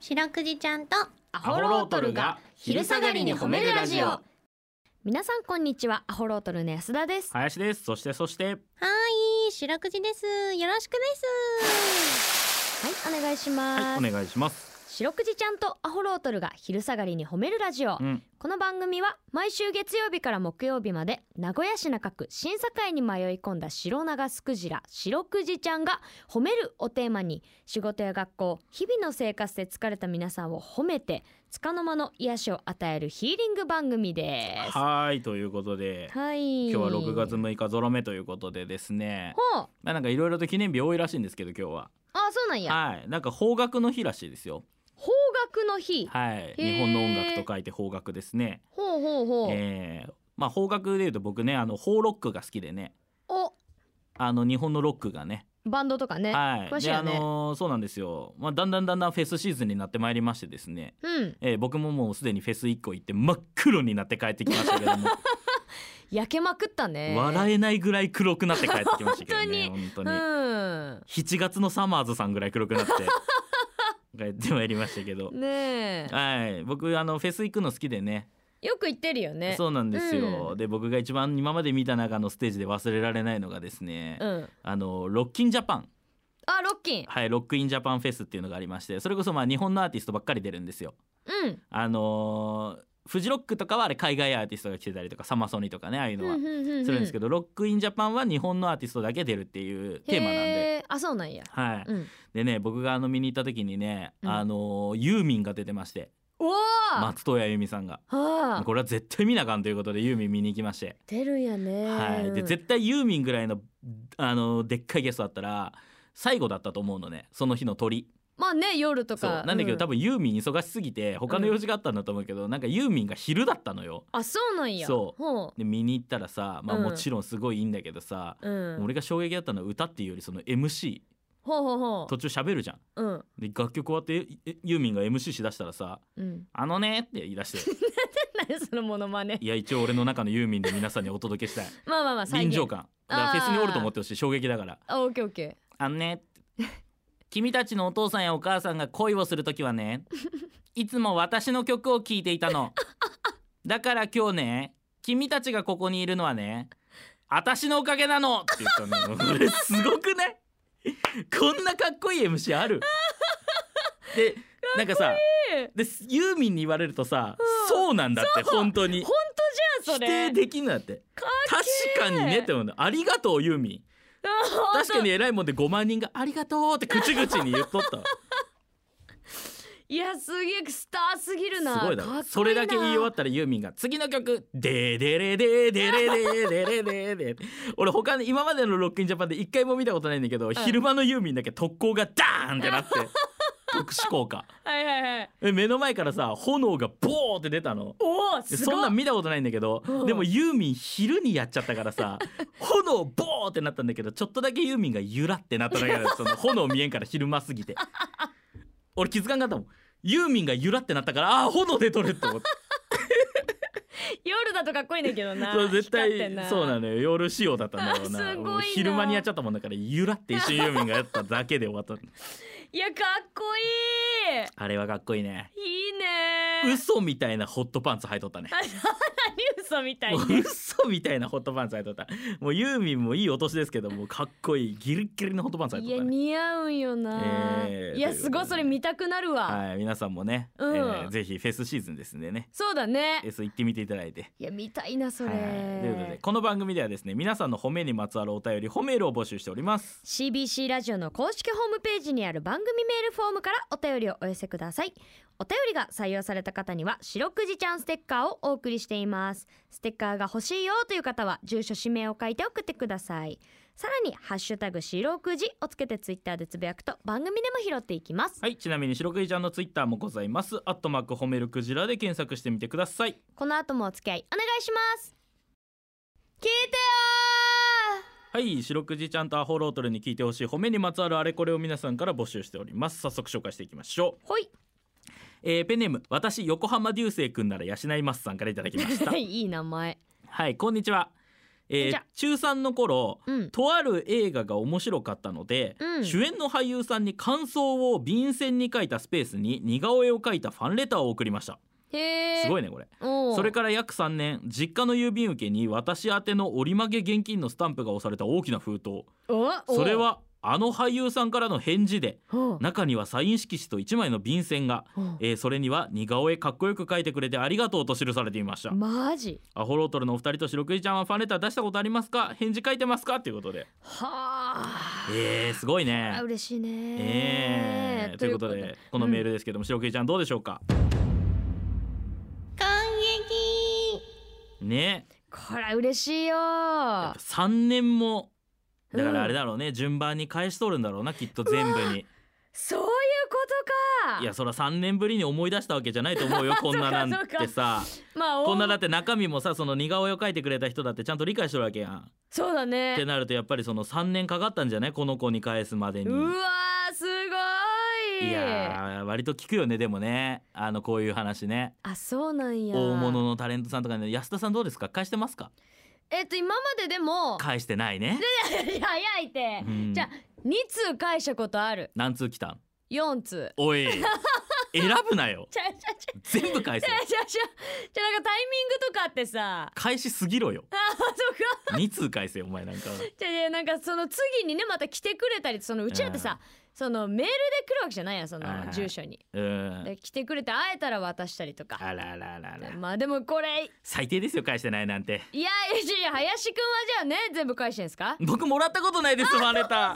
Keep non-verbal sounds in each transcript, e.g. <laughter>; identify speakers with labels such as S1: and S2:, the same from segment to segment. S1: 白くじちゃんと
S2: ア
S3: ホロートルが昼下がりに褒めるラジオ
S2: 皆さんこんにちはアホロートルの安田です
S3: 林ですそしてそして
S1: はい白くじですよろしくです
S2: はいお願いし
S3: は
S2: ます、
S3: いお願いします
S2: 白くじちゃんとアホロートルが昼下がりに褒めるラジオ、
S3: うん
S2: この番組は毎週月曜日から木曜日まで名古屋市中区審査会に迷い込んだ白長スクジラ白くじちゃんが褒めるをテーマに仕事や学校日々の生活で疲れた皆さんを褒めて束の間の癒しを与えるヒーリング番組です
S3: はーいということで
S2: はい
S3: 今日は6月6日ゾロ目ということでですね
S2: ほう
S3: まあなんかいろいろと記念日多いらしいんですけど今日は
S2: あそうなんや
S3: はいなんか邦楽の日らしいですよ
S2: 邦楽の日、
S3: はい
S2: ー
S3: 日本の音楽と書いて邦楽ですね
S2: ほうほうほう、
S3: えー、まあ邦楽でいうと僕ねあの邦ロックが好きでね
S2: お
S3: あの日本のロックがね
S2: バンドとかね、
S3: はい
S2: 詳しい
S3: であ
S2: よね
S3: のーそうなんですよまあだんだんだんだんフェスシーズンになってまいりましてですね
S2: うん
S3: えー、僕ももうすでにフェス1個行って真っ黒になって帰ってきましたけど
S2: <laughs>
S3: も、
S2: 焼けまくったね
S3: 笑えないぐらい黒くなって帰ってきましたけどね本当に
S2: うん
S3: 7月のサマーズさんぐらい黒くなって
S2: <laughs>
S3: 帰ってまいりましたけど
S2: ね
S3: はい僕あのフェス行くの好きでね
S2: えよく言ってるよね
S3: そうなんですよ、
S2: うん
S3: で僕が一番今まで見た中のステージで忘れられないのがですね、
S2: うん
S3: あのロッキンジャパン
S2: あロッキン
S3: はいロックインジャパンフェスっていうのがありましてそれこそまあ日本のアーティストばっかり出るんですよ
S2: うん
S3: あのーフジロックとかはあれ海外アーティストが来てたりとかサマソニとかねああいうのは
S2: す
S3: するんですけ
S2: ど
S3: ど、ロックインジャパンは日本のアーティストだけ出るっていうテーマなんで。
S2: あそうなんや
S3: はい、
S2: うん
S3: でね僕があの見に行った時にね、
S2: うん
S3: あのーユーミンが出てまして
S2: おおは
S3: 松任谷由実さんが
S2: あ
S3: これは絶対見なあかんということでユーミン見に行きまして、
S2: 出るんやね
S3: はい、で絶対ユーミンぐらいの、あのーでっかいゲストだったら最後だったと思うのねその日の鳥
S2: まあね夜と
S3: そう
S2: か
S3: なんだけど、
S2: う
S3: 多分ユーミン忙しすぎて他の用事があったんだと思うけど、なんかユーミンが昼だったのよ
S2: あそうなんや
S3: そう
S2: ほ
S3: で見に行ったらさ、まあ、
S2: うん
S3: もちろんすごいいいんだけどさ、
S2: ううん
S3: 俺が衝撃だったのは歌っていうよりその MC
S2: ほうほうほ
S3: 途中喋るじゃん
S2: ううん
S3: で楽曲終わってえユーミンが MC しだしたらさ
S2: うん <laughs>
S3: 「あのね」って言い出して
S2: 何そのモノマネ
S3: いや一応俺の中のユーミンで皆さんにお届けしたい
S2: まあまあまあ再
S3: 臨
S2: 現
S3: 場感だから
S2: あ
S3: フ
S2: ー
S3: ェスにおると思ってほしい衝撃だから
S2: あオッケーオッケ
S3: 「あのね」 <laughs> 君たちのお父さんやお母さんが恋をするときは
S2: <laughs>
S3: ねいつも私の曲を聴いていたのだから今日ね君たちがここにいるのはね私のおかげなのって言ったの俺すごくねこんなかっこいい MC あるでなんかさでユーミンに言われるとさ、
S2: うん
S3: そうなんだって
S2: そう
S3: 本当
S2: ー
S3: に
S2: 本当じゃん
S3: 否
S2: それ
S3: 定できんのだって
S2: か
S3: 確かにねって思うのありがとうユーミン
S2: 確
S3: 確かに偉いもんで5万人が「ありがとう」って口々に言っとったわ
S2: いやすげえスターすぎるな
S3: すごいだ
S2: かっこ
S3: ろ
S2: な
S3: それだけ言い終わったらユーミンが「次の曲デーデレデーデレデーデレデーデー」俺他の今までの「ロックインジャパン」で一回も見たことないんだけど、昼間のユーミンだけ特攻がダーンってなって特殊効果
S2: はいはいはい
S3: え目の前からさ炎がボーって出たの。
S2: おお
S3: ですそん
S2: ご
S3: なん
S2: い
S3: 見たことないんだけど、
S2: うん
S3: でもユーミン昼にやっちゃったから
S2: <laughs>
S3: さ炎ボーってなったんだけどちょっとだけユーミンがゆらってなっただけだよその炎見えんから昼間すぎて俺気づかんかったもんユーミンがゆらってなったからああー炎出とるって思って
S2: <laughs> 夜だとかっこいいんだけどな
S3: そう絶
S2: 光ってん
S3: 対
S2: な
S3: そうなのよ夜仕様だったんだろう
S2: あ
S3: な
S2: すごいな
S3: もう昼間にやっちゃったもんだからゆらって一瞬ユーミンがやっただけで終わった
S2: いやかっこい
S3: あれはかっこいいね
S2: いいいね
S3: 嘘みたいなホットパンツ履いとったね
S2: あ何嘘みた
S3: <laughs>
S2: い
S3: も
S2: な
S3: う嘘みたいなホットパンツ履いとったもうユーミンもいいお年ですけどもうかっこいいギリッギリのホットパンツ履い
S2: い
S3: とっ
S2: や
S3: たね
S2: 似合うんよな、
S3: えー
S2: いや
S3: ということです
S2: ごいそれ見たくなるわ、
S3: はい皆さんもね、
S2: うん
S3: えーぜひフェスシーズンですんでね
S2: そうだね
S3: フェス行ってみていただいて
S2: いや見たいなそれ、
S3: はい、ということでこの番組ではですね皆さんの褒めにまつわるお便り褒めールを募集しております
S2: CBC ラジオの公式ホームページにある番組メールフォームからお便りをお寄せくださいお便りが採用された方には「白くじちゃんステッカー」をお送りしていますステッカーが欲しいよという方は住所氏名を書いて送ってくださいさらに「ハッシュタグ白くじ」をつけてツイッターでつぶやくと番組でも拾っていきます
S3: はいちなみに白クイちゃんのツイッターもございますアットマーク褒めるクジラで検索してみてください
S2: この後もお付き合いお願いします聞いてよ
S3: はい白クジちゃんとアホロートルに聞いてほしい褒めにまつわるあれこれを皆さんから募集しております早速紹介していきましょう
S2: ーほい
S3: えーペンネーム私
S2: <laughs>
S3: 横浜流星くんなら養いますさんからいただきました
S2: いい名前
S3: はいこんにちはえ
S2: じ
S3: ー
S2: ゃあ、
S3: 中3の頃
S2: うん
S3: とある映画が面白かったので、
S2: うん
S3: 主演の俳優さんに感想を便箋に書いたスペースに似顔絵を書いたファンレターを送りました
S2: へえ
S3: すご
S2: い
S3: いねこれ
S2: そ
S3: それから約3年実家の郵便受けに私宛ての折り曲げ現金のスタンプが押された大きな封筒
S2: お
S3: それはあの俳優さんからの返事で
S2: お
S3: 中にはサイン色紙と1枚の便箋が、
S2: お
S3: えーそれには似顔絵かっこよく描いてくれてありがとうと記されていました、
S2: マジ
S3: アホロートルのお二人と白クイちゃんはファンレター出したことありますか返事書いてますかということで
S2: はあ
S3: えー、すごいね
S2: あ嬉しいね
S3: えー、ということでこのメールですけども、白クイちゃんどうでしょうか
S1: 感激
S3: ね
S2: これは嬉しい
S3: や
S2: よ
S3: っぱ3年もだから
S2: うん
S3: あれだろうね、順番に返しとるんだろうなきっと全部に
S2: そういうことか
S3: いやそら3年ぶりに思い出したわけじゃないと思う <laughs> よこんななんてさ
S2: まあお
S3: こんなだって中身もさその似顔絵を描いてくれた人だってちゃんと理解してるわけやん。
S2: そうだ
S3: って
S2: ね
S3: なるとやっぱりその3年かかったんじゃないこの子に返すまでに。
S2: うわーすごい
S3: いやー割と聞くよねでもねあのこういう話ね
S2: あそうなんや
S3: 大物のタレントさんとかね安田さんどうですか返してますか
S2: えっと今まででも
S3: 返してないね。
S2: <laughs> 早いって
S3: うん
S2: じゃあ2通返したことある
S3: 何通来たん
S2: 4通
S3: お
S2: <laughs>
S3: い選ぶなよ
S2: ちゃうちゃうちゃう
S3: 全部返せ
S2: ちゃうちゃうちゃうじゃあなんかタイミングとかあってさ
S3: 返しすぎろよ
S2: あーそうか
S3: 2通返せよお前なんか。
S2: じゃあじゃあなんかその次にねまた来てくれたりそのうちらってさそのメールで来るわけじゃないやんその
S3: はいはい
S2: 住所に
S3: うん
S2: で来てくれて会えたら渡したりとか
S3: あららららら
S2: まあでもこれ
S3: 最低ですよ返してないなんて
S2: いやいやいや林くんはじゃあね全部返してんすか
S3: 僕もらったことないですファンレタ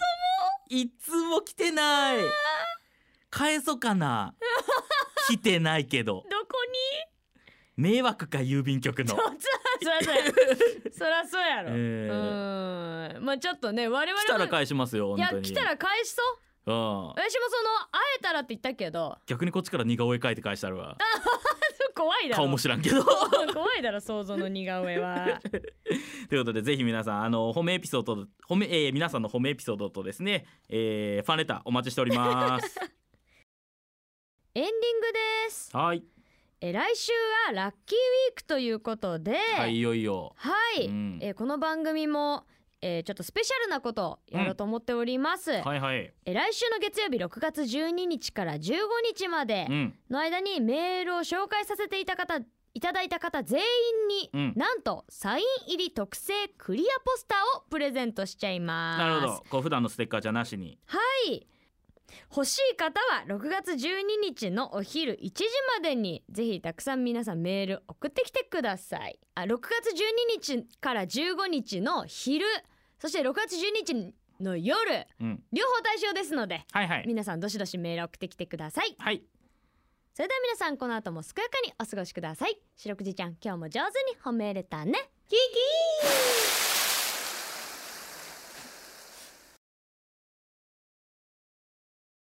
S3: ーいつも来てない返そうかな来てないけど
S2: どこ
S3: <laughs> 迷惑か郵便局の
S2: にそらそうやそらそうやろ、
S3: えー
S2: うーんまあちょっとね我々も
S3: 来たら返しますよ
S2: い
S3: 本
S2: や
S3: 当に
S2: 来たら返しそう
S3: うん
S2: 私もその会えたらって言ったけど
S3: 逆にこっちから似顔絵描いて返したるわ
S2: <laughs> 怖いだろ
S3: 顔も知らんけど <laughs>
S2: 怖いだろ想像の似顔絵は
S3: ということでぜひ皆さんあの褒めエピソード褒め、えー皆さんの褒めエピソードとですね、えーファンレターお待ちしております
S2: <laughs> エンディングです
S3: はい、
S2: え来週はラッキーウィークということでは
S3: はいいよいよ、
S2: はい
S3: うん
S2: えーこの番組も、えーちょっとスペシャルなことをやろうと思っております、
S3: はいはい
S2: えー来週の月曜日6月12日から15日まで
S3: うん
S2: の間にメールを紹介させていた方いただいた方全員に、
S3: うん
S2: なんとサイン入り特製クリアポスターをプレゼントしちゃいます
S3: なるほどこう普段のステッカーじゃなしに
S2: はい欲しい方は6月12日のお昼1時までにぜひたくさん皆さんメール送ってきてくださいあ6月12日から15日の昼そして6月12日の夜
S3: うん
S2: 両方対象ですので
S3: はいはい
S2: 皆さんどしどしメール送ってきてください
S3: はい
S2: それでは皆さんこの後も健やかにお過ごしください白くじちゃん今日も上手に褒めれたねキキー